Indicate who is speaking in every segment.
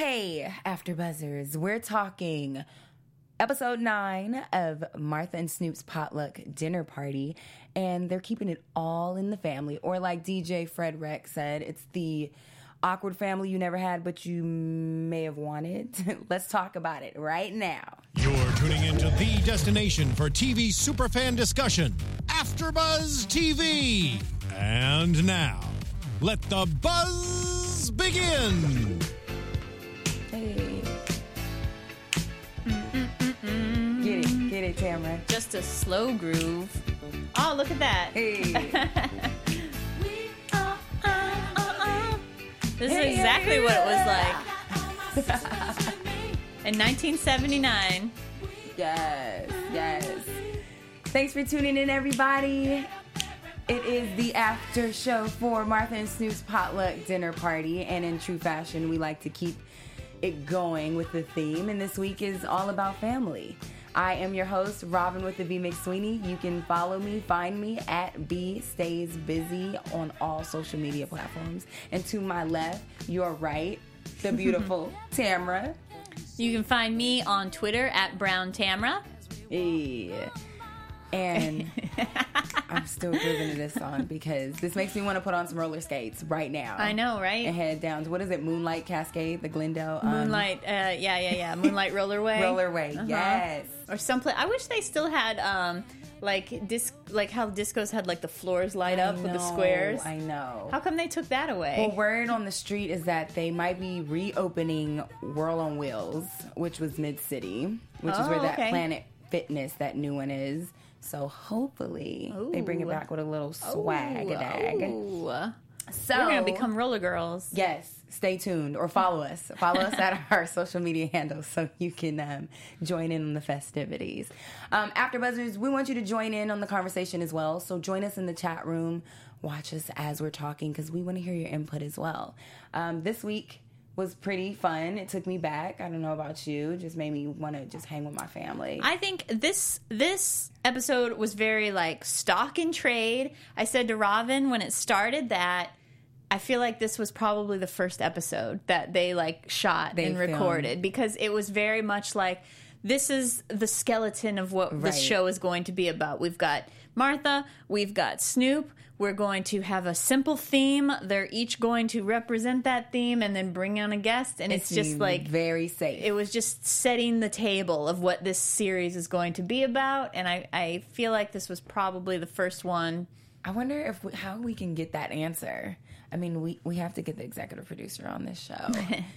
Speaker 1: Hey, After Buzzers, we're talking episode nine of Martha and Snoop's potluck dinner party, and they're keeping it all in the family. Or, like DJ Fred Reck said, it's the awkward family you never had, but you may have wanted. Let's talk about it right now.
Speaker 2: You're tuning into the destination for TV superfan discussion, AfterBuzz TV. And now, let the buzz begin.
Speaker 1: Hey. Get it, get it, Tamara.
Speaker 3: just a slow groove. Oh, look at that.
Speaker 1: Hey.
Speaker 3: This is exactly what it was like. In 1979.
Speaker 1: Yes, yes. Thanks for tuning in, everybody. It is the after show for Martha and Snoop's potluck dinner party, and in true fashion, we like to keep it going with the theme. And this week is all about family. I am your host, Robin with the V McSweeney. You can follow me, find me at B Stays Busy on all social media platforms. And to my left, your right, the beautiful Tamra.
Speaker 3: You can find me on Twitter at Brown Tamra.
Speaker 1: Yeah. And I'm still grooving to this song because this makes me want to put on some roller skates right now.
Speaker 3: I know, right?
Speaker 1: And head down to what is it? Moonlight Cascade, the Glendale um,
Speaker 3: Moonlight, uh, yeah, yeah, yeah. Moonlight Rollerway. Uh-huh.
Speaker 1: Rollerway. Yes.
Speaker 3: Or someplace. I wish they still had, um, like, disc, like how discos had, like, the floors light up with the
Speaker 1: No,
Speaker 3: squares.
Speaker 1: I know.
Speaker 3: How come they took that away?
Speaker 1: well, word on the street is that they might be reopening Whirl on Wheels, which was Mid City, which is where
Speaker 3: Oh,
Speaker 1: that
Speaker 3: okay.
Speaker 1: Planet Fitness, that new one is. So hopefully they bring it
Speaker 3: Ooh. Oh.
Speaker 1: back with a little swag dag.
Speaker 3: Ooh.
Speaker 1: So
Speaker 3: We're going to become roller girls.
Speaker 1: Yes, stay tuned or follow us. Follow us at our social media handles so you can um, join in on the festivities. Um, After Buzzers, we want you to join in on the conversation as well. So join us in the chat room. Watch us as we're talking because we want to hear your input as well. Um, this week was pretty fun. It took me back. I don't know about you. It just made me want to just hang with my family.
Speaker 3: I think this this episode was very like stock and trade. I said to Robin when it started that I feel like this was probably the first episode that they like shot and
Speaker 1: filmed.
Speaker 3: recorded because it was very much like this is the skeleton of what
Speaker 1: Right.
Speaker 3: this show is going to be about. We've got Martha, we've got Snoop. We're going to have a simple theme. They're each going to represent that theme and then bring on a guest and it's just
Speaker 1: Seemed
Speaker 3: like
Speaker 1: very safe.
Speaker 3: it was just setting the table of what this series is going to be about and i, I feel like this was probably the first one
Speaker 1: I wonder if we, how we can get that answer. I mean, we, we have to get the executive producer on this show.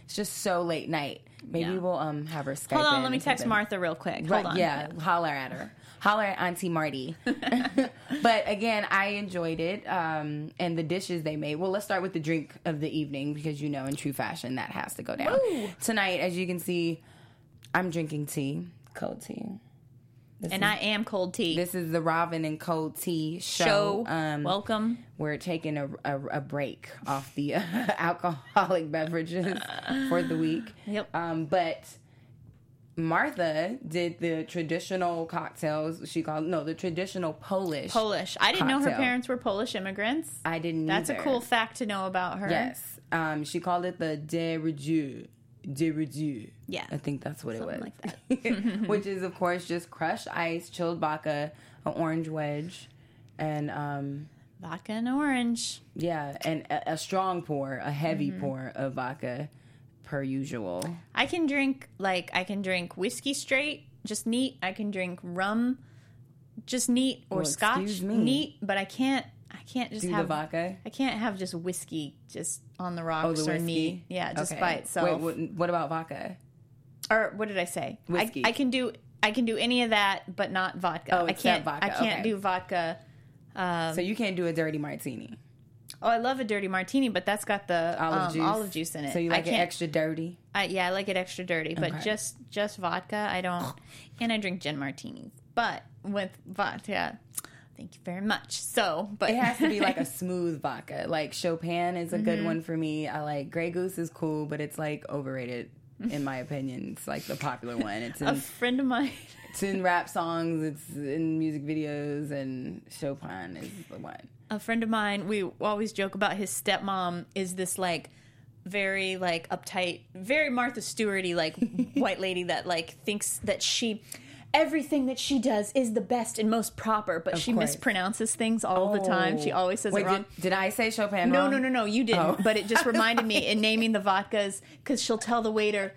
Speaker 1: it's just so late night. Maybe
Speaker 3: Yeah.
Speaker 1: we'll um have her Skype.
Speaker 3: hold on
Speaker 1: in
Speaker 3: let me
Speaker 1: or
Speaker 3: text
Speaker 1: something.
Speaker 3: martha real quick hold
Speaker 1: Right,
Speaker 3: on
Speaker 1: yeah, holler at her. Holler at Auntie Marty. but again, I enjoyed it. Um, and the dishes they made. Well, let's start with the drink of the evening because you know, in true fashion, that has to go down tonight. As you can see, I'm drinking tea, cold tea. This
Speaker 3: and
Speaker 1: is,
Speaker 3: i am cold tea
Speaker 1: this is the Robin and Cold Tea show.
Speaker 3: show
Speaker 1: Um,
Speaker 3: welcome
Speaker 1: we're taking a, a, a break off the uh, alcoholic beverages for the week.
Speaker 3: Yep.
Speaker 1: Um, but Martha did the traditional cocktails. She called no the traditional Polish.
Speaker 3: polish i didn't know her
Speaker 1: cocktail.
Speaker 3: parents were polish immigrants
Speaker 1: I didn't.
Speaker 3: that's
Speaker 1: either.
Speaker 3: a cool fact to know about her
Speaker 1: Yes. Um, she called it the de redieu. De redieu.
Speaker 3: Yeah.
Speaker 1: I think that's what it was.
Speaker 3: Something
Speaker 1: Which is of course just crushed ice, chilled vodka, an orange wedge, and um,
Speaker 3: vodka and orange
Speaker 1: Yeah, and a, a strong pour, a heavy pour of vodka, per usual.
Speaker 3: i can drink like i can drink whiskey straight just neat i can drink rum just neat or
Speaker 1: Well,
Speaker 3: scotch
Speaker 1: excuse me.
Speaker 3: neat but i can't i can't just
Speaker 1: Do
Speaker 3: have
Speaker 1: the vodka?
Speaker 3: I can't have just whiskey just on the
Speaker 1: Oh,
Speaker 3: rocks
Speaker 1: the
Speaker 3: or
Speaker 1: whiskey.
Speaker 3: me. Yeah, just
Speaker 1: Okay.
Speaker 3: by itself.
Speaker 1: Wait, what, what about vodka?
Speaker 3: or what did I say? I-
Speaker 1: Whiskey.
Speaker 3: I, can do I can do any of that, but not vodka.
Speaker 1: Oh,
Speaker 3: I
Speaker 1: except
Speaker 3: can't.
Speaker 1: vodka.
Speaker 3: I can't
Speaker 1: Okay.
Speaker 3: do vodka.
Speaker 1: so you can't do a dirty martini.
Speaker 3: Oh, I love a dirty martini, but that's got the
Speaker 1: um, Olive
Speaker 3: olive,
Speaker 1: juice.
Speaker 3: juice. olive juice in it.
Speaker 1: So you
Speaker 3: I
Speaker 1: like it
Speaker 3: can't,
Speaker 1: extra dirty?
Speaker 3: I, yeah, I like it extra dirty, but
Speaker 1: Okay.
Speaker 3: just just vodka, I don't. And I drink gin martinis, but with vodka. Thank you very much. So, but
Speaker 1: It has to be like a smooth vodka. Like Chopin is a good one for me. I like Grey Goose is cool, but it's like overrated in my opinion. It's like the popular one. It's in,
Speaker 3: a friend of mine.
Speaker 1: it's in rap songs. It's in music videos, and Chopin is the one.
Speaker 3: a friend of mine we always joke about his stepmom is this like very like uptight, very Martha Stewarty like white lady that like thinks that she everything that she does is the best and most proper, but she
Speaker 1: course. Oh.
Speaker 3: mispronounces things all the time. She always says
Speaker 1: Wait,
Speaker 3: it wrong.
Speaker 1: Did, did I say Chopin
Speaker 3: No,
Speaker 1: wrong?
Speaker 3: no, no, no, you didn't.
Speaker 1: Oh.
Speaker 3: But it just reminded me in naming the vodkas because she'll tell the waiter,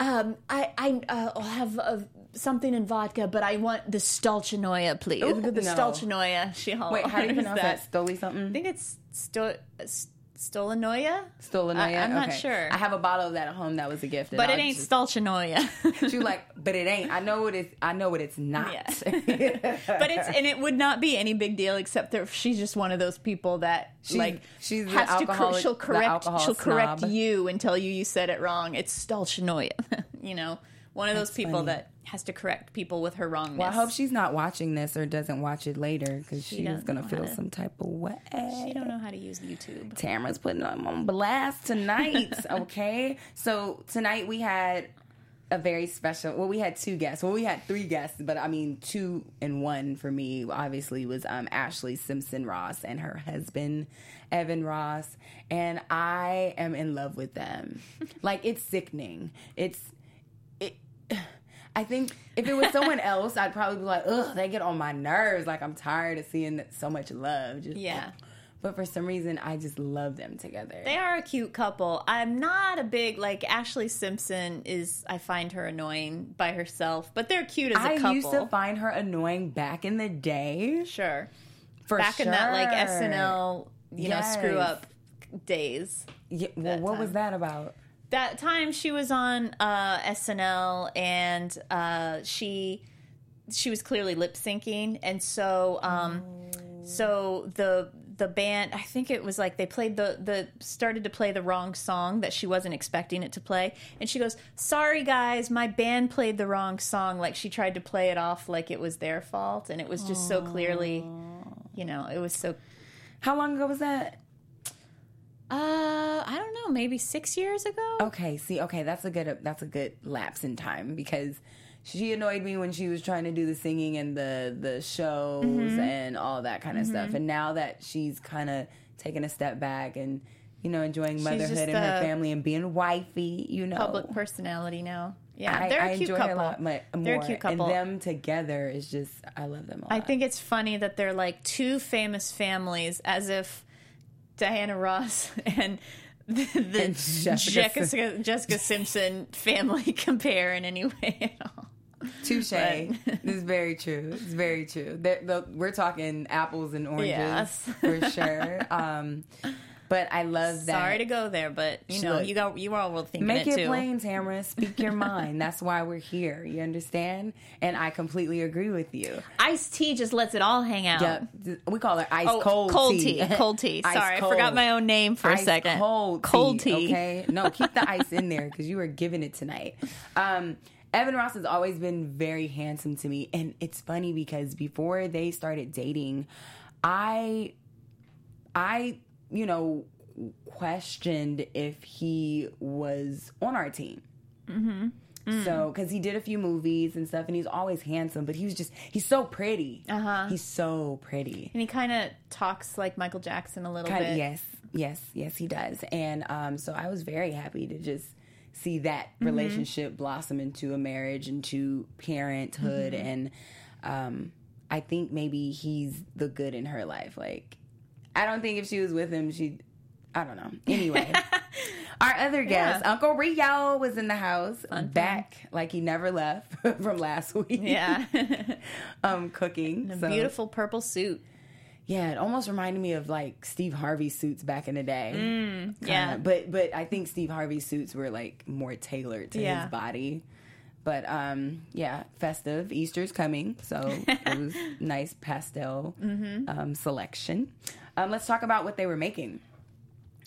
Speaker 3: um, "I, I, uh, I'll have uh, something in vodka, but I want the Stolchanoia, please.
Speaker 1: Ooh,
Speaker 3: the
Speaker 1: no.
Speaker 3: Stolchanoia." She
Speaker 1: Wait, how do you
Speaker 3: hollers
Speaker 1: pronounce that? Stoli something?
Speaker 3: I think it's Sto- S- Stolanoia,
Speaker 1: Stolanoia?
Speaker 3: I- I'm not
Speaker 1: Okay.
Speaker 3: sure.
Speaker 1: I have a bottle of that at home that was a gift. and
Speaker 3: but it
Speaker 1: I'll
Speaker 3: ain't
Speaker 1: just-
Speaker 3: Stolchanoia.
Speaker 1: She like, but it ain't. I know what it's. I know what it's not.
Speaker 3: but it's and it would not be any big deal except that she's just one of those people that
Speaker 1: She's-
Speaker 3: like
Speaker 1: she's the
Speaker 3: has to cor-
Speaker 1: alcoholic-
Speaker 3: she'll
Speaker 1: the
Speaker 3: correct
Speaker 1: alcohol
Speaker 3: she'll correct
Speaker 1: snob.
Speaker 3: you and tell you you said it wrong. It's Stolchanoia, you know, one of those people
Speaker 1: funny.
Speaker 3: that has to correct people with her wrongness.
Speaker 1: Well, I hope she's not watching this or doesn't watch it later because she, was
Speaker 3: doesn't
Speaker 1: gonna
Speaker 3: know how
Speaker 1: feel
Speaker 3: to-
Speaker 1: some type of way.
Speaker 3: she don't know how to use YouTube.
Speaker 1: Tamara's putting them on blast tonight. okay, so tonight we had a very special. Well, we had two guests. Well, we had three guests, but I mean two and one for me. Obviously, was um, Ashley Simpson Ross and her husband Evan Ross, and I am in love with them. like it's sickening. It's it. I think if it was someone else, I'd probably be like, "Ugh, they get on my nerves." Like I'm tired of seeing so much love. Just
Speaker 3: Yeah.
Speaker 1: but for some reason, I just love them together.
Speaker 3: They are a cute couple. I'm not a big like Ashley Simpson is I find her annoying by herself, but they're cute as a
Speaker 1: I
Speaker 3: couple.
Speaker 1: used to find her annoying back in the day.
Speaker 3: sure.
Speaker 1: For
Speaker 3: back in that like
Speaker 1: sure.
Speaker 3: SNL, you
Speaker 1: Yes.
Speaker 3: know, screw up days.
Speaker 1: Yeah, well, what was that about?
Speaker 3: That time she was on uh, SNL and uh, she she was clearly lip syncing, and so um, so the the band I think it was like they played the the started to play the wrong song that she wasn't expecting it to play, and she goes, "Sorry guys, my band played the wrong song." Like she tried to play it off like it was their fault, and it was just so clearly, you know, it was so
Speaker 1: How long ago was that?
Speaker 3: Uh, I don't know, maybe six years ago.
Speaker 1: Okay, see, okay, that's a good that's a good lapse in time because she annoyed me when she was trying to do the singing and the the shows
Speaker 3: Mm-hmm.
Speaker 1: and all that kind of stuff. And now that she's kind of taking a step back and you know enjoying
Speaker 3: just
Speaker 1: motherhood and her
Speaker 3: the
Speaker 1: family and being wifey, you know,
Speaker 3: Public personality now. Yeah,
Speaker 1: I,
Speaker 3: they're
Speaker 1: I
Speaker 3: a cute
Speaker 1: enjoy
Speaker 3: couple.
Speaker 1: it a lot mu- more.
Speaker 3: They're a cute couple.
Speaker 1: And them together is just, I love them a lot.
Speaker 3: I think it's funny that they're like two famous families, as if Diana Ross and the, the
Speaker 1: And Jessica
Speaker 3: Jessica, Jessica, Simpson family compare in any way at all.
Speaker 1: Touche. this is very true. It's very true. They're, the, we're talking apples and oranges
Speaker 3: Yes.
Speaker 1: for sure. Um, but I love that.
Speaker 3: Sorry to go there, but you know,
Speaker 1: Look.
Speaker 3: you got you all were thinking
Speaker 1: Make
Speaker 3: it
Speaker 1: it
Speaker 3: too.
Speaker 1: plain, Tamara. Speak your mind. That's why we're here. You understand? And I completely agree with
Speaker 3: Oh.
Speaker 1: you.
Speaker 3: Ice tea just lets it all hang out.
Speaker 1: Yeah, we call her ice
Speaker 3: Oh,
Speaker 1: cold,
Speaker 3: tea. Cold tea.
Speaker 1: Ice
Speaker 3: Sorry, I
Speaker 1: cold.
Speaker 3: forgot my own name for a
Speaker 1: Ice
Speaker 3: second.
Speaker 1: Cold,
Speaker 3: cold tea.
Speaker 1: Okay, no, keep the ice in there because you were giving it tonight. Um, Evan Ross has always been very handsome to me, and it's funny because before they started dating, I, I, you know, questioned if he was on our team.
Speaker 3: Mm-hmm. Mm.
Speaker 1: So, because he did a few movies and stuff, and he's always handsome, but he was just, he's so pretty. Uh
Speaker 3: Uh-huh.
Speaker 1: huh. He's so pretty.
Speaker 3: And he kind of talks like Michael Jackson a little
Speaker 1: Kind
Speaker 3: bit.
Speaker 1: of, Uh, yes, yes, yes, he does. And um, so I was very happy to just see that
Speaker 3: Mm-hmm.
Speaker 1: relationship blossom into a marriage, into parenthood,
Speaker 3: Mm-hmm.
Speaker 1: and um, I think maybe he's the good in her life. Like, I don't think if she was with him, she, I don't know. Anyway. Our other guest, Uncle Rio, was in the house back like he never left from last week.
Speaker 3: Yeah.
Speaker 1: Um, cooking. so-
Speaker 3: Beautiful purple suit.
Speaker 1: Yeah, it almost reminded me of like Steve Harvey suits back in the day.
Speaker 3: yeah.
Speaker 1: Uh, but but I think Steve Harvey suits were like more tailored to
Speaker 3: Yeah.
Speaker 1: his body. But um, yeah, festive. Easter's coming, so it was nice pastel
Speaker 3: Mm-hmm.
Speaker 1: um, selection. Um, let's talk about what they were making.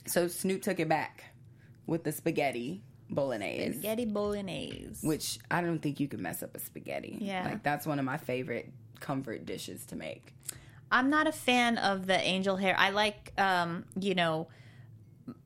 Speaker 1: So Snoop took it back with the spaghetti bolognese,
Speaker 3: Spaghetti bolognese.
Speaker 1: which I don't think you can mess up a spaghetti.
Speaker 3: Yeah.
Speaker 1: like that's one of my favorite comfort dishes to make.
Speaker 3: I'm not a fan of the angel hair. I like, um, you know,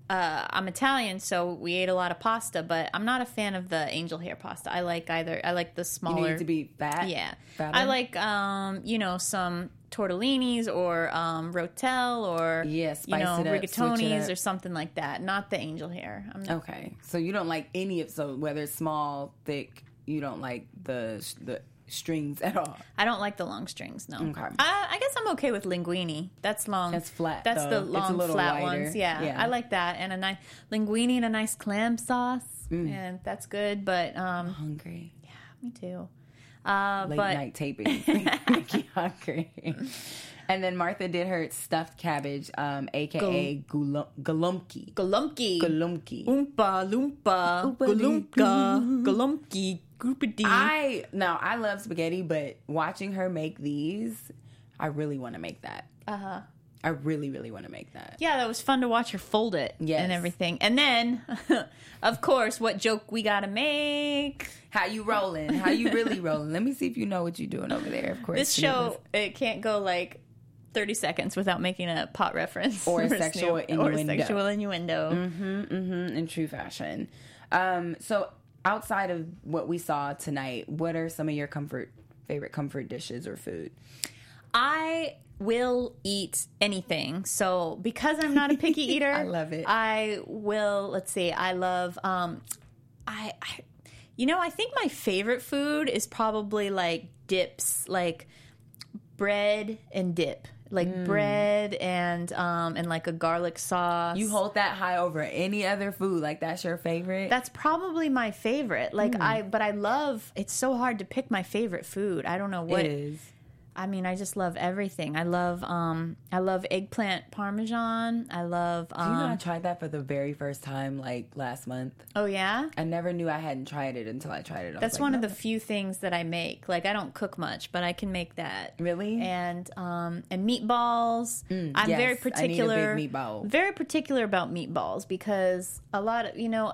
Speaker 3: uh, I'm Italian, so we ate a lot of pasta, but I'm not a fan of the angel hair pasta. I like either, I like the
Speaker 1: You
Speaker 3: smaller.
Speaker 1: need to be fat.
Speaker 3: yeah.
Speaker 1: fatter.
Speaker 3: I like, um, you know, some tortellinis or um, rotel or
Speaker 1: Yeah, spice
Speaker 3: you know
Speaker 1: it up, switch it
Speaker 3: rigatonis
Speaker 1: up.
Speaker 3: or something like that. Not the angel hair. I'm
Speaker 1: Okay, so you don't like any of so whether it's small, thick, you don't like the the strings at all.
Speaker 3: I don't like the long strings. No.
Speaker 1: Okay.
Speaker 3: I, I guess I'm okay with linguini. That's long.
Speaker 1: That's flat,
Speaker 3: That's
Speaker 1: though.
Speaker 3: the
Speaker 1: It's a
Speaker 3: long
Speaker 1: little
Speaker 3: flat
Speaker 1: wider.
Speaker 3: ones. Yeah,
Speaker 1: Yeah.
Speaker 3: I like that. And a nice linguini and a nice clam sauce.
Speaker 1: Mm.
Speaker 3: And that's good. But um,
Speaker 1: Hungry
Speaker 3: me too. Uh,
Speaker 1: late
Speaker 3: but
Speaker 1: night taping, make you hungry. And then Martha did her stuffed cabbage, um, aka gulum- galumki.
Speaker 3: Galumpki.
Speaker 1: Galumki.
Speaker 3: Mm-hmm. Oompa Loompa.
Speaker 1: Oompa
Speaker 3: Galumka. Galumpki. Groupity.
Speaker 1: I no, I love spaghetti, but watching her make these, I really want to make that. Uh huh.
Speaker 3: Uh-huh.
Speaker 1: I really, really want to make that.
Speaker 3: yeah, that was fun to watch her fold it
Speaker 1: Yes.
Speaker 3: and everything. And then, of course, what joke we gotta make?
Speaker 1: How you rolling? How you really rolling? Let me see if you know what you're doing over there. Of course,
Speaker 3: This
Speaker 1: Snoop is-
Speaker 3: show it can't go like thirty seconds without making a pot reference
Speaker 1: Or a
Speaker 3: Snoop-
Speaker 1: sexual
Speaker 3: or a
Speaker 1: innuendo. Mm.
Speaker 3: sexual innuendo.
Speaker 1: in true fashion. Um, so outside of what we saw tonight, what are some of your comfort favorite comfort dishes or food?
Speaker 3: I will eat anything. So because I'm not a picky eater,
Speaker 1: I love it.
Speaker 3: I will. Let's see. I love. Um, I, I, you know, I think my favorite food is probably like dips, like bread and dip, like
Speaker 1: Mm.
Speaker 3: bread and um and like a garlic sauce.
Speaker 1: You hold that high over any other food, like that's your favorite.
Speaker 3: That's probably my favorite. Like
Speaker 1: Hmm.
Speaker 3: I, but I love. It's so hard to pick my favorite food. I don't know what.
Speaker 1: it is.
Speaker 3: I mean, I just love everything. I love, um, I love eggplant parmesan. I love,
Speaker 1: You
Speaker 3: um,
Speaker 1: know, I tried that for the very first time like last month.
Speaker 3: oh yeah,
Speaker 1: I never knew I hadn't tried it until I tried it. I was
Speaker 3: that's
Speaker 1: like,
Speaker 3: one
Speaker 1: "No,
Speaker 3: of the few things that I make. Like I don't cook much, but I can make that.
Speaker 1: Really?
Speaker 3: And um, and meatballs. I'm
Speaker 1: Mm-hmm. Mm, yes, I need
Speaker 3: very
Speaker 1: a big
Speaker 3: particular.
Speaker 1: meatball.
Speaker 3: Very particular about meatballs because a lot of you know,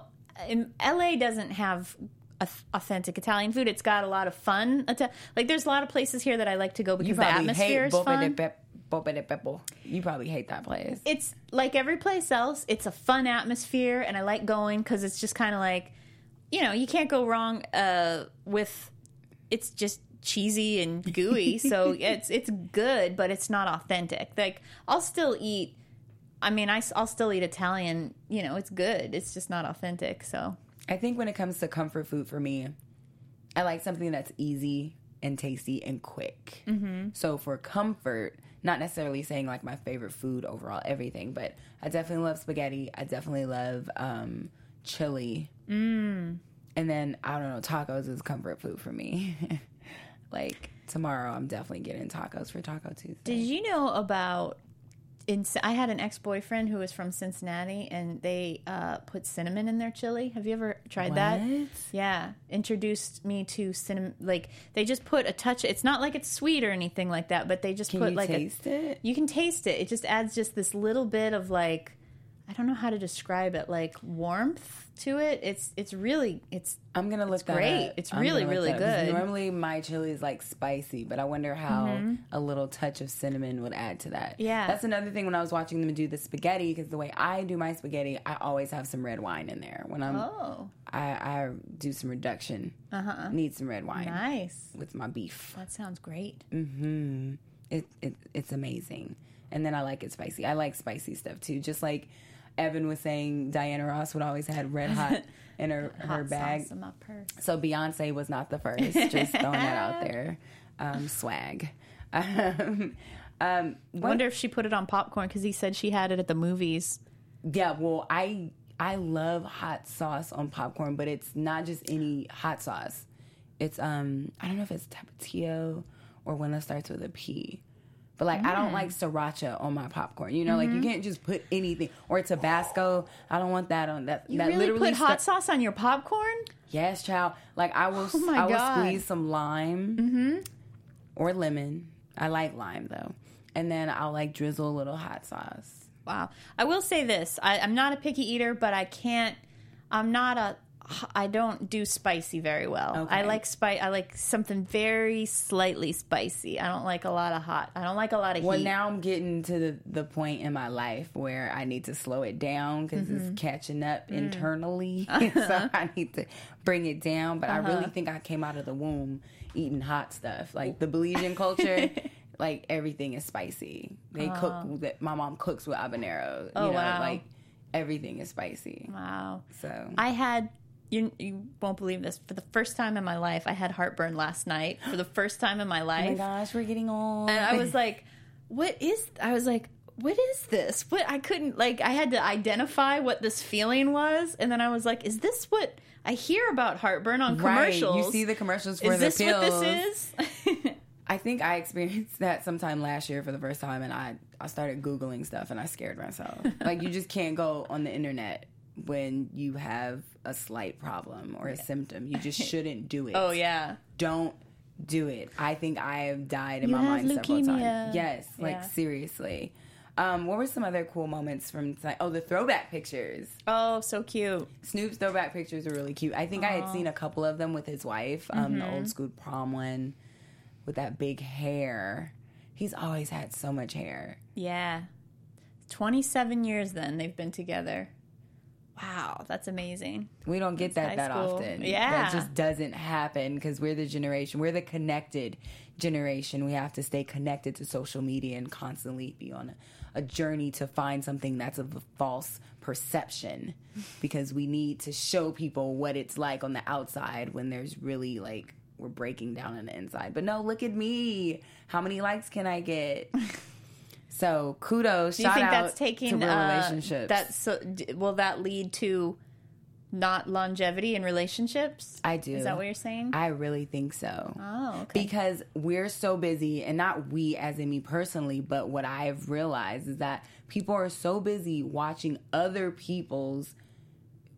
Speaker 3: in, LA doesn't have. au- Authentic Italian food. It's got a lot of fun. Ita- Like there's a lot of places here that I like to go because
Speaker 1: You
Speaker 3: the
Speaker 1: probably
Speaker 3: atmosphere
Speaker 1: hate
Speaker 3: is fun.
Speaker 1: Boba de Pep- Boba de Pepo. You probably hate that place.
Speaker 3: it's like every place else. It's a fun atmosphere, and I like going because it's just kind of like, you know, you can't go wrong uh, with. It's just cheesy and gooey, so it's it's good, but it's not authentic. Like I'll still eat. I mean, I, will still eat Italian. You know, it's good. It's just not authentic. So
Speaker 1: I think when it comes to comfort food for me, I like something that's easy and tasty and quick. Mm-hmm. So for comfort, not necessarily saying like my favorite food overall, everything, but I definitely love spaghetti. I definitely love um, chili. Mm. And then I don't know, tacos is comfort food for me. like tomorrow, I'm definitely getting tacos for Taco Tuesday.
Speaker 3: Did you know about? In, I had an ex boyfriend who was from Cincinnati, and they uh, put cinnamon in their chili. Have you ever tried that?
Speaker 1: What?
Speaker 3: Yeah, introduced me to cinnamon. Like they just put a touch. It's not like it's sweet or anything like that, but they just
Speaker 1: Can
Speaker 3: put
Speaker 1: you
Speaker 3: like
Speaker 1: taste
Speaker 3: a.
Speaker 1: it?
Speaker 3: You can taste it. It just adds just this little bit of like, I don't know how to describe it, like warmth to it. It's it's really it's
Speaker 1: I'm gonna look that
Speaker 3: great.
Speaker 1: up.
Speaker 3: It's
Speaker 1: I'm
Speaker 3: really,
Speaker 1: gonna look
Speaker 3: really
Speaker 1: that up, 'cause
Speaker 3: good. Mm-hmm.
Speaker 1: Normally my chili is like spicy, but I wonder how a little touch of cinnamon would add to that.
Speaker 3: Yeah.
Speaker 1: that's another thing. When I was watching them do the spaghetti, because the way I do my spaghetti, I always have some red wine in there. When I'm,
Speaker 3: oh Uh-huh.
Speaker 1: I, I do some reduction. Uh huh. Need some red wine
Speaker 3: nice.
Speaker 1: with my beef.
Speaker 3: That sounds great.
Speaker 1: It, it it's amazing. And then I like it spicy. I like spicy stuff too. Just like Evan was saying, Diana Ross would always had red hot in her her
Speaker 3: Hot
Speaker 1: bag.
Speaker 3: sauce in my purse.
Speaker 1: So Beyonce was not the first. Just throwing that out there. Um, swag. Um, um, what-
Speaker 3: Wonder if she put it on popcorn because he said she had it at the movies.
Speaker 1: yeah. Well, I I love hot sauce on popcorn, but it's not just any hot sauce. It's um I don't know if it's Tapatio or one that starts with a P. But like I
Speaker 3: Mm.
Speaker 1: don't like sriracha on my popcorn. You know,
Speaker 3: Mm-hmm.
Speaker 1: like you can't just put anything or Tabasco. I don't want that on that.
Speaker 3: You
Speaker 1: that
Speaker 3: really
Speaker 1: literally
Speaker 3: put hot
Speaker 1: sta-
Speaker 3: sauce on your popcorn?
Speaker 1: Yes, child. Like I will,
Speaker 3: Oh my
Speaker 1: I will
Speaker 3: God. Mm-hmm.
Speaker 1: squeeze some lime or lemon. I like lime though, and then I'll like drizzle a little hot sauce.
Speaker 3: Wow. I will say this: I, I'm not a picky eater, but I can't. I'm not a. I don't do spicy very well. I
Speaker 1: Okay.
Speaker 3: like spice. I like something very slightly spicy. I don't like a lot of hot. I don't like a lot of
Speaker 1: Well,
Speaker 3: heat.
Speaker 1: now I'm getting to the, the point in my life where I need to slow it down because
Speaker 3: Mm-hmm.
Speaker 1: it's catching up
Speaker 3: Mm.
Speaker 1: internally. so I need to bring it
Speaker 3: Uh-huh.
Speaker 1: down. But I really think I came out of the womb eating hot stuff, like the Belizean culture. like everything is spicy. They cook that my mom cooks with habanero.
Speaker 3: Uh-huh. Oh,
Speaker 1: you know,
Speaker 3: wow.
Speaker 1: like everything is spicy.
Speaker 3: Wow.
Speaker 1: So
Speaker 3: I had you you won't believe this for the first time in my life. I had heartburn last night for the first time in my
Speaker 1: oh my
Speaker 3: life,
Speaker 1: gosh, we're getting old.
Speaker 3: and uh, I was like, "What is?" I was like, "What is this?" What I couldn't like. I had to identify what this feeling was, and then I was like, "Is this what I hear about heartburn on commercials?
Speaker 1: Right. You see the commercials for
Speaker 3: is
Speaker 1: the
Speaker 3: this
Speaker 1: pills.
Speaker 3: what this is?"
Speaker 1: I think I experienced that sometime last year for the first time, and I, I started Googling stuff and I scared myself. like, you just can't go on the internet when you have a slight problem or a symptom. You just shouldn't do it.
Speaker 3: oh yeah.
Speaker 1: Don't do it. I think I have died in
Speaker 3: You
Speaker 1: my
Speaker 3: have
Speaker 1: mind several times.
Speaker 3: leukemia.
Speaker 1: Yes, like
Speaker 3: Yeah.
Speaker 1: seriously. Um, what were some other cool moments from? Oh, the throwback pictures.
Speaker 3: Oh, so cute.
Speaker 1: Snoop's throwback pictures are really cute. I think I had seen a couple of them with his wife, um, the old school prom one with that big hair. He's always had so much hair.
Speaker 3: Yeah. 27 years then they've been together. Wow, that's amazing.
Speaker 1: We don't get that
Speaker 3: high
Speaker 1: that
Speaker 3: school.
Speaker 1: often.
Speaker 3: Yeah.
Speaker 1: That just doesn't happen because we're the generation, we're the connected generation. We have to stay connected to social media and constantly be on a, a journey to find something that's of a false perception because we need to show people what it's like on the outside when there's really like we're breaking down on the inside. But no, look at me. How many likes can I get? So kudos,
Speaker 3: Do you
Speaker 1: shout
Speaker 3: think
Speaker 1: out
Speaker 3: that's taking
Speaker 1: to real
Speaker 3: uh,
Speaker 1: relationships.
Speaker 3: That's so, d- will that lead to not longevity in relationships?
Speaker 1: I do.
Speaker 3: Is that what you're saying?
Speaker 1: I really think so.
Speaker 3: oh, okay.
Speaker 1: because we're so busy and not we as in me personally but what i've realized is that people are so busy watching other people's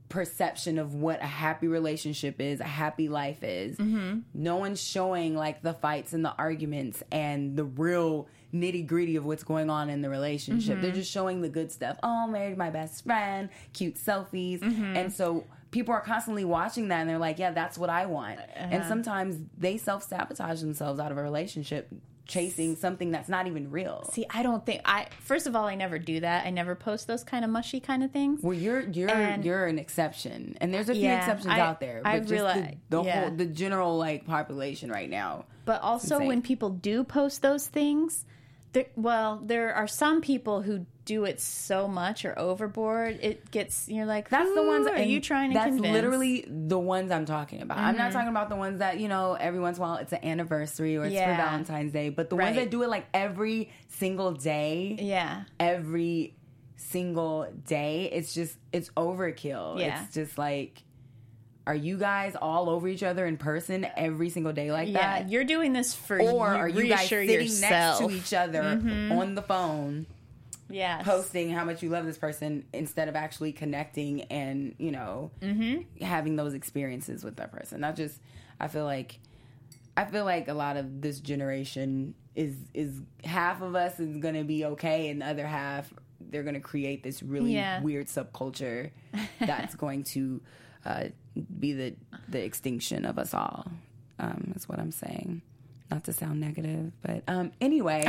Speaker 1: perception of what a happy relationship is a happy life is no one's showing like the fights and the arguments and the real nitty gritty of what's going on in the relationship they're just showing the good stuff oh married my best friend cute selfies and so people are constantly watching that and they're like yeah that's what i want and sometimes they self-sabotage themselves out of a relationship chasing something that's not even real
Speaker 3: See, I don't think I first of all I never do that. I never post those kind of mushy kind of things.
Speaker 1: Well, you're you're
Speaker 3: And-
Speaker 1: you're an exception, and there's a few
Speaker 3: Yeah,
Speaker 1: exceptions
Speaker 3: I-
Speaker 1: out there. But
Speaker 3: I
Speaker 1: just
Speaker 3: realize-
Speaker 1: the, the
Speaker 3: yeah.
Speaker 1: whole the general like population right now.
Speaker 3: But also,
Speaker 1: insane.
Speaker 3: when people do post those things, there, well, there are some people who do it so much or overboard, it gets you're like,
Speaker 1: That's the
Speaker 3: "Who
Speaker 1: ones
Speaker 3: are
Speaker 1: and
Speaker 3: you trying to
Speaker 1: That's
Speaker 3: convince?"
Speaker 1: literally the ones I'm talking about. I'm
Speaker 3: Mm-hmm.
Speaker 1: not talking about the ones that you know every once in a while it's an anniversary or it's
Speaker 3: Yeah.
Speaker 1: for Valentine's Day, but the ones
Speaker 3: Right.
Speaker 1: that do it like every single day.
Speaker 3: yeah,
Speaker 1: every single day. It's just it's overkill.
Speaker 3: Yeah.
Speaker 1: It's just like are you guys all over each other in person every single day like
Speaker 3: yeah.
Speaker 1: that?
Speaker 3: You're doing this for
Speaker 1: or are you guys
Speaker 3: reassure
Speaker 1: sitting
Speaker 3: yourself. Mm-hmm.
Speaker 1: next to each other on the phone
Speaker 3: Yes.
Speaker 1: posting how much you love this person instead of actually connecting and you know
Speaker 3: Mm-hmm.
Speaker 1: having those experiences with that person not just i feel like i feel like a lot of this generation is is half of us is gonna be okay and the other half they're gonna create this really
Speaker 3: Yeah.
Speaker 1: weird subculture that's going to uh, be the the extinction of us all um, is what i'm saying not to sound negative but um, anyway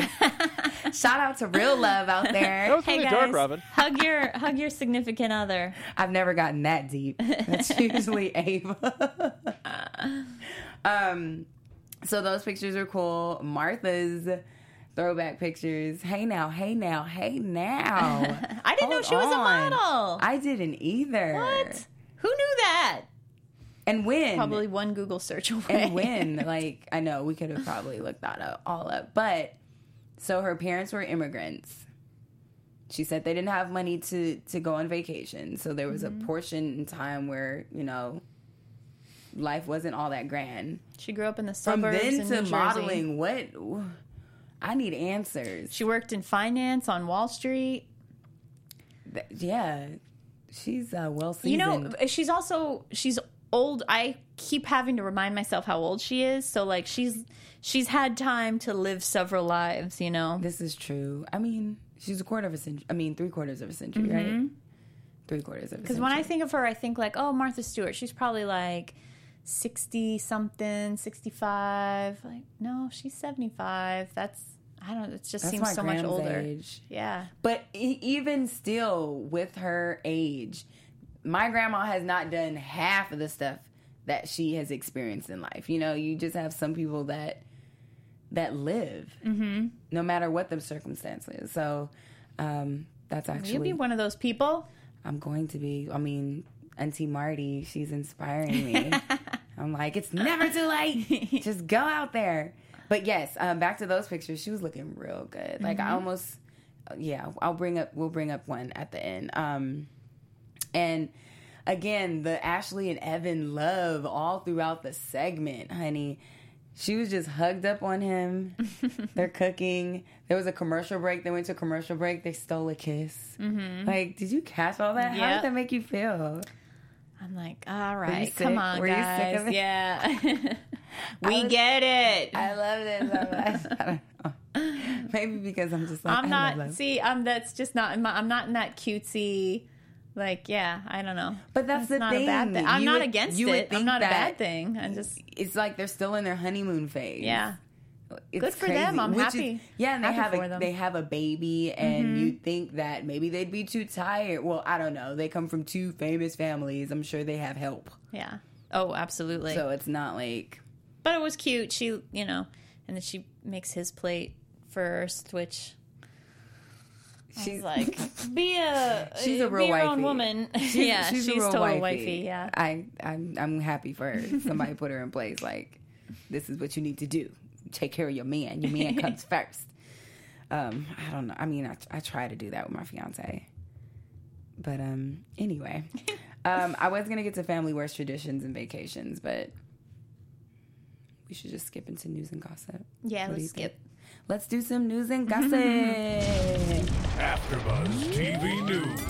Speaker 1: shout out to real love out there
Speaker 4: That was
Speaker 3: Hey
Speaker 4: really
Speaker 3: guys,
Speaker 4: dark, Robin.
Speaker 3: hug your hug your significant other.
Speaker 1: I've never gotten that deep. That's usually Ava. um, so those pictures are cool. Martha's throwback pictures. Hey now, hey now, hey now.
Speaker 3: I didn't know
Speaker 1: Hold
Speaker 3: she was a
Speaker 1: on.
Speaker 3: model.
Speaker 1: I didn't either.
Speaker 3: what? Who knew that?
Speaker 1: And when?
Speaker 3: Probably one Google search away.
Speaker 1: And when? like I know we could have probably looked that up, all up, but so her parents were immigrants. She said they didn't have money to to go on vacation, so there was
Speaker 3: Mm-hmm.
Speaker 1: a portion in time where you know life wasn't all that grand.
Speaker 3: she grew up in the
Speaker 1: From
Speaker 3: suburbs
Speaker 1: then
Speaker 3: in
Speaker 1: to
Speaker 3: New Jersey.
Speaker 1: modeling, what? I need answers.
Speaker 3: She worked in finance on Wall Street.
Speaker 1: Th- Yeah, she's uh, well seasoned.
Speaker 3: You know, she's also she's old. I keep having to remind myself how old she is. So like she's she's had time to live several lives, you know.
Speaker 1: this is true. I mean, she's a quarter of a century. I mean, three quarters of a century, right? Three quarters of a
Speaker 3: Cuz
Speaker 1: century.
Speaker 3: Mm-hmm. when I think of her, I think like, oh, Martha Stewart. She's probably like 60 something, 65. Like no, she's 75. That's I don't it just
Speaker 1: That's
Speaker 3: seems
Speaker 1: my
Speaker 3: so much
Speaker 1: grand's
Speaker 3: older.
Speaker 1: age.
Speaker 3: Yeah.
Speaker 1: But e- even still, with her age, my grandma has not done half of the stuff that she has experienced in life. You know, you just have some people that that live, no matter what the circumstances. So um, that's
Speaker 3: You'll
Speaker 1: actually
Speaker 3: be one of those people.
Speaker 1: I'm going to be. I mean, Auntie Marty, she's inspiring me. I'm like, it's never too late. Just go out there. But yes, um, back to those pictures. She was looking real good. Like I almost, yeah. I'll bring up. We'll bring up one at the end. Um, and again, the Ashley and Evan love all throughout the segment, honey. She was just hugged up on him. They're cooking. There was a commercial break. They went to a commercial break. They stole a kiss. Like, did you catch all that? How
Speaker 3: Yep.
Speaker 1: did that make you feel?
Speaker 3: I'm like, all right, come
Speaker 1: sick?
Speaker 3: on,
Speaker 1: Were you sick
Speaker 3: guys.
Speaker 1: of it?
Speaker 3: Yeah, we
Speaker 1: was-
Speaker 3: get it. I,
Speaker 1: I love it so much. I don't know. Maybe because I'm just like
Speaker 3: am
Speaker 1: I
Speaker 3: not.
Speaker 1: love love.
Speaker 3: See, I'm. That's just not. in my- I'm not in that cutesy. Like, yeah, I don't know.
Speaker 1: But that's the
Speaker 3: not
Speaker 1: thing.
Speaker 3: a bad thing. I'm
Speaker 1: You
Speaker 3: not
Speaker 1: would-
Speaker 3: against
Speaker 1: you would
Speaker 3: it. I'm
Speaker 1: think
Speaker 3: not a
Speaker 1: that
Speaker 3: bad thing. I'm just
Speaker 1: It's like they're still in their honeymoon phase.
Speaker 3: yeah.
Speaker 1: It's
Speaker 3: Good for them. I'm
Speaker 1: Which
Speaker 3: happy-
Speaker 1: yeah, and they
Speaker 3: happy
Speaker 1: have
Speaker 3: for
Speaker 1: a,
Speaker 3: them. Mm-hmm.
Speaker 1: they have a baby, and you think that maybe they'd be too tired. Well, I don't know. They come from two famous families. I'm sure they have help,
Speaker 3: Yeah. Oh, absolutely.
Speaker 1: so it's not like
Speaker 3: but it was cute. She, you know, and then she makes his plate first, which
Speaker 1: she's
Speaker 3: is like be a uh,
Speaker 1: She's a real
Speaker 3: be your own
Speaker 1: wifey.
Speaker 3: woman.
Speaker 1: She's-
Speaker 3: yeah, she's,
Speaker 1: a real
Speaker 3: total wifey. Yeah.
Speaker 1: I I'm I'm happy for her. Somebody put her in place. Like this is what you need to do. Take care of your man. Your man comes first. Um, I don't know. I mean, I I try to do that with my fiance, but um, anyway, um, I was gonna get to family worst traditions and vacations, but we should just skip into news and gossip.
Speaker 3: Yeah,
Speaker 1: What do
Speaker 3: let's
Speaker 1: you think?
Speaker 3: skip.
Speaker 1: Let's do some news and gossip.
Speaker 2: AfterBuzz TV News.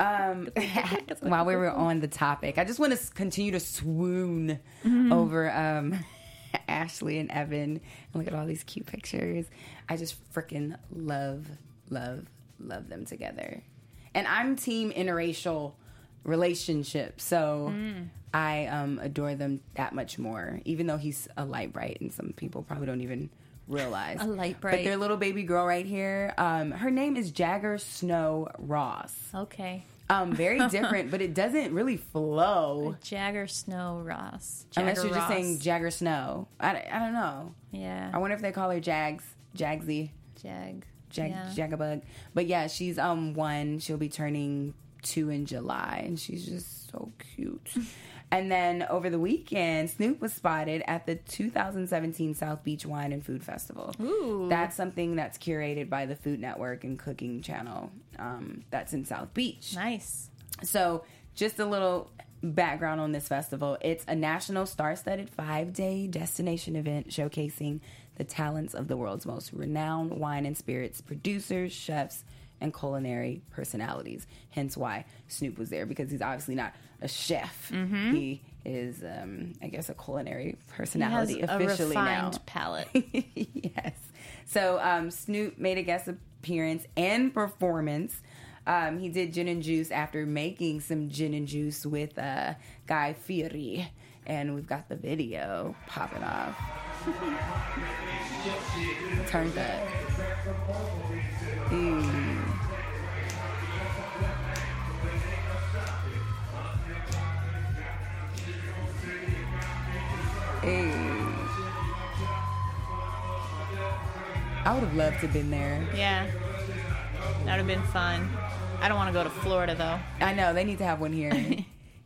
Speaker 1: Um, while we were on the topic, I just want to continue to swoon
Speaker 3: Mm-hmm.
Speaker 1: over um, Ashley and Evan and look at all these cute pictures. I just freaking love, love, love them together. And I'm team interracial relationship, so
Speaker 3: Mm.
Speaker 1: I um, adore them that much more. Even though he's a light bright, and some people probably don't even realize
Speaker 3: A light
Speaker 1: But
Speaker 3: bright.
Speaker 1: their little baby girl right here, um, her name is Jagger Snow Ross
Speaker 3: Okay.
Speaker 1: um, very different, but it doesn't really flow
Speaker 3: Jagger Snow Ross.
Speaker 1: unless
Speaker 3: Jagger
Speaker 1: you're just
Speaker 3: Ross.
Speaker 1: saying Jagger Snow. I, d- I don't know.
Speaker 3: yeah.
Speaker 1: I wonder if they call her Jags, Jagsy,
Speaker 3: Jag.
Speaker 1: Jag,
Speaker 3: yeah.
Speaker 1: Jagabug. But yeah, she's um one. She'll be turning two in July, and she's just so cute. and then over the weekend, Snoop was spotted at the 2017 South Beach Wine and Food Festival.
Speaker 3: Ooh.
Speaker 1: That's something that's curated by the Food Network and Cooking Channel. Um, that's in South Beach.
Speaker 3: nice.
Speaker 1: So, just a little background on this festival it's a national star studded five day destination event showcasing the talents of the world's most renowned wine and spirits producers, chefs, and culinary personalities. Hence why Snoop was there because he's obviously not a chef. He is, um, I guess, a culinary
Speaker 3: Mm-hmm. He has
Speaker 1: personality
Speaker 3: a
Speaker 1: officially
Speaker 3: refined
Speaker 1: now
Speaker 3: palate.
Speaker 1: yes. So um, Snoop made a guest appearance and performance. Um, he did gin and juice after making some gin and juice with uh, Guy Fieri, and we've got the video popping off. Turned up. Mm. Hey. I would have loved to have been there.
Speaker 3: yeah. That would have been fun. I don't want to go to Florida though.
Speaker 1: I know they need to have one here.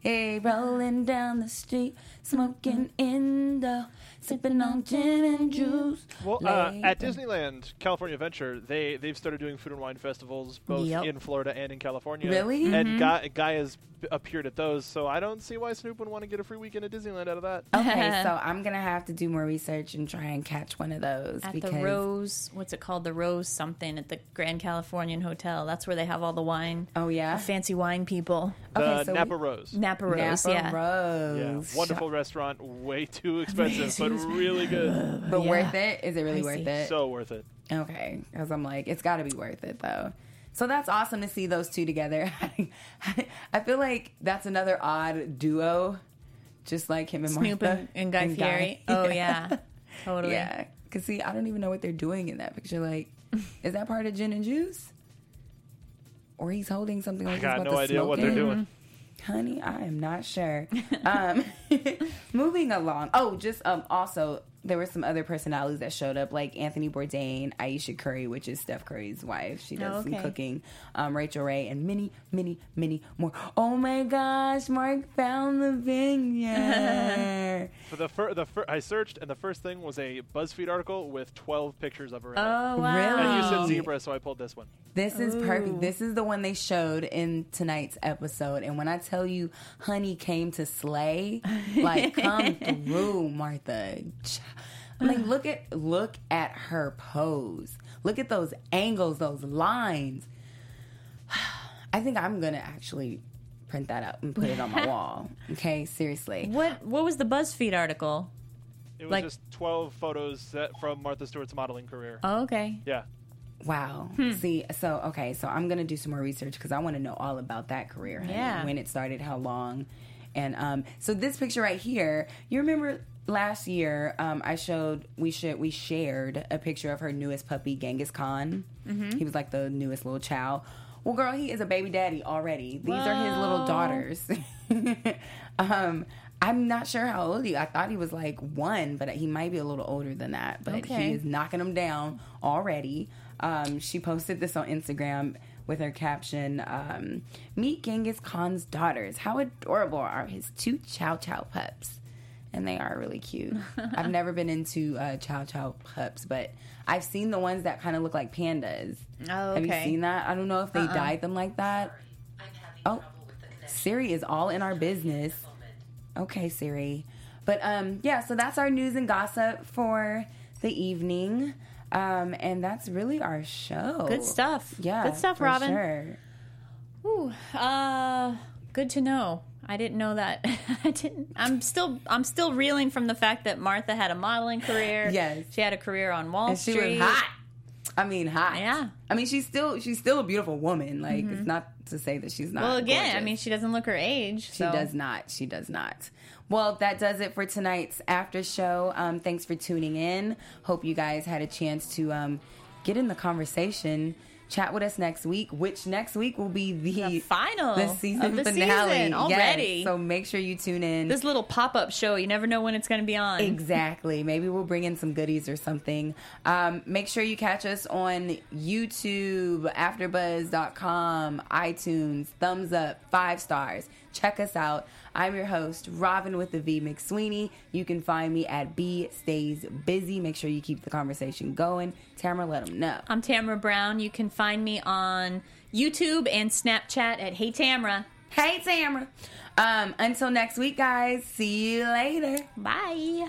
Speaker 1: hey, rolling down the street, smoking indo, sipping on gin and juice.
Speaker 4: Well, uh,
Speaker 1: Lay
Speaker 4: at
Speaker 1: down.
Speaker 4: Disneyland California Adventure, they they've started doing food and wine festivals both
Speaker 3: Yep.
Speaker 4: in Florida and in California.
Speaker 1: Really? Mm-hmm.
Speaker 4: And Guy, Guy has b- appeared at those, so I don't see why Snoop would want to get a free weekend at Disneyland out of that.
Speaker 1: Okay, so I'm gonna have to do more research and try and catch one of those
Speaker 3: At
Speaker 1: because
Speaker 3: the Rose, what's it called? The Rose something at the Grand Californian Hotel. That's where they have all the wine.
Speaker 1: oh yeah,
Speaker 3: the fancy wine people.
Speaker 4: The
Speaker 1: okay, so
Speaker 4: Napa
Speaker 1: we-
Speaker 4: Rose.
Speaker 3: Napa Rose,
Speaker 1: Napa
Speaker 3: yeah.
Speaker 4: yeah,
Speaker 1: Rose,
Speaker 4: wonderful restaurant, way too expensive, but really good.
Speaker 1: but
Speaker 3: Yeah.
Speaker 1: worth it? Is it really
Speaker 3: Pricey.
Speaker 1: worth it?
Speaker 4: So worth it.
Speaker 1: Okay, because I'm like, it's got to be worth it though. So that's awesome to see those two together. I feel like that's another odd duo, just like him and
Speaker 3: Snoop
Speaker 1: Martha
Speaker 3: and, and Guy Fieri. Oh yeah, totally.
Speaker 1: yeah. Because see, I don't even know what they're doing in that picture. Like, is that part of gin and juice? Or he's holding something like
Speaker 4: I
Speaker 1: he's
Speaker 4: got
Speaker 1: about
Speaker 4: no
Speaker 1: to
Speaker 4: idea
Speaker 1: smoke
Speaker 4: what they're
Speaker 1: it?
Speaker 4: doing.
Speaker 1: Honey, I am not sure. Um, moving along. Oh, just um, also there were some other personalities that showed up, like Anthony Bourdain, Aisha Curry, which is Steph Curry's wife. She does
Speaker 3: Oh,
Speaker 1: some
Speaker 3: okay.
Speaker 1: cooking. Um, Rachel Ray, and many, many, many more. Oh my gosh, Mark found the vineyard.
Speaker 4: For the fir- the fir- I searched, and the first thing was a BuzzFeed article with 12 pictures of her. In
Speaker 3: Oh wow.
Speaker 1: Really?
Speaker 4: it. And you said
Speaker 1: wow.
Speaker 4: zebra, so I pulled this one.
Speaker 1: This is
Speaker 3: Ooh.
Speaker 1: perfect. This is the one they showed in tonight's episode. And when I tell you, honey came to slay, like come through, Martha. Ch- I mean, look at look at her pose. Look at those angles, those lines. I think I'm gonna actually print that out and put it on my wall. Okay, seriously.
Speaker 3: What what was the BuzzFeed article?
Speaker 4: It was
Speaker 3: Like-
Speaker 4: just 12 photos set from Martha Stewart's modeling career.
Speaker 3: Oh, okay.
Speaker 4: yeah.
Speaker 1: Wow.
Speaker 3: Hmm.
Speaker 1: See, so okay, so I'm gonna do some more research because I want to know all about that career, honey,
Speaker 3: Yeah.
Speaker 1: when it started, how long, and um. So this picture right here, you remember last year, um, I showed we should we shared a picture of her newest puppy, Genghis Khan.
Speaker 3: Mm-hmm.
Speaker 1: He was like the newest little child. Well, girl, he is a baby daddy already. These are his little
Speaker 3: Whoa.
Speaker 1: daughters. um, I'm not sure how old he. I thought he was like one, but he might be a little older than that. But
Speaker 3: Okay.
Speaker 1: he is knocking them down already. Um, she posted this on Instagram with her caption um, Meet Genghis Khan's daughters. How adorable are his two Chow Chow pups? And they are really cute. I've never been into uh, Chow Chow pups, but I've seen the ones that kind of look like pandas.
Speaker 3: Oh,
Speaker 1: Have you
Speaker 3: okay. Uh-uh.
Speaker 1: seen that? I don't know if they dyed them like that. Oh, Siri is all in our business. Okay, Siri. But um, yeah, so that's our news and gossip for the evening. Um, and that's really our show.
Speaker 3: Good stuff.
Speaker 1: Yeah.
Speaker 3: Good stuff,
Speaker 1: for
Speaker 3: Robin.
Speaker 1: Sure.
Speaker 3: Ooh, uh, good to know. I didn't know that. I didn't. I'm still. I'm still reeling from the fact that Martha had a modeling career.
Speaker 1: Yes.
Speaker 3: she had a career on Wall
Speaker 1: And she
Speaker 3: Street.
Speaker 1: was hot. I mean, hot.
Speaker 3: Yeah. Mm-hmm.
Speaker 1: I mean, she's still she's still a beautiful woman. Like it's not to say that she's not.
Speaker 3: Well, again, I
Speaker 1: gorgeous.
Speaker 3: mean, she doesn't look her age.
Speaker 1: She does not. She does not. Well, that does it for tonight's after show. Um, thanks for tuning in. Hope you guys had a chance to um, get in the conversation. Chat with us next week, which next week will be the,
Speaker 3: The final
Speaker 1: the season
Speaker 3: of the
Speaker 1: finale
Speaker 3: season
Speaker 1: Yes.
Speaker 3: already.
Speaker 1: So make sure you tune in.
Speaker 3: This little pop up show. You never know when it's going to be on.
Speaker 1: Exactly. Maybe we'll bring in some goodies or something. Um, make sure you catch us on YouTube, AfterBuzz.com, iTunes, thumbs up, five stars. Check us out. I'm your host, Robin with the V McSweeney. You can find me at B Stays Busy. Make sure you keep the conversation going. Tamara, let them know.
Speaker 3: I'm Tamara Brown. You can find me on YouTube and Snapchat at Hey Tamara.
Speaker 1: Hey, Tamara. Um, until next week, guys. See you later.
Speaker 3: Bye.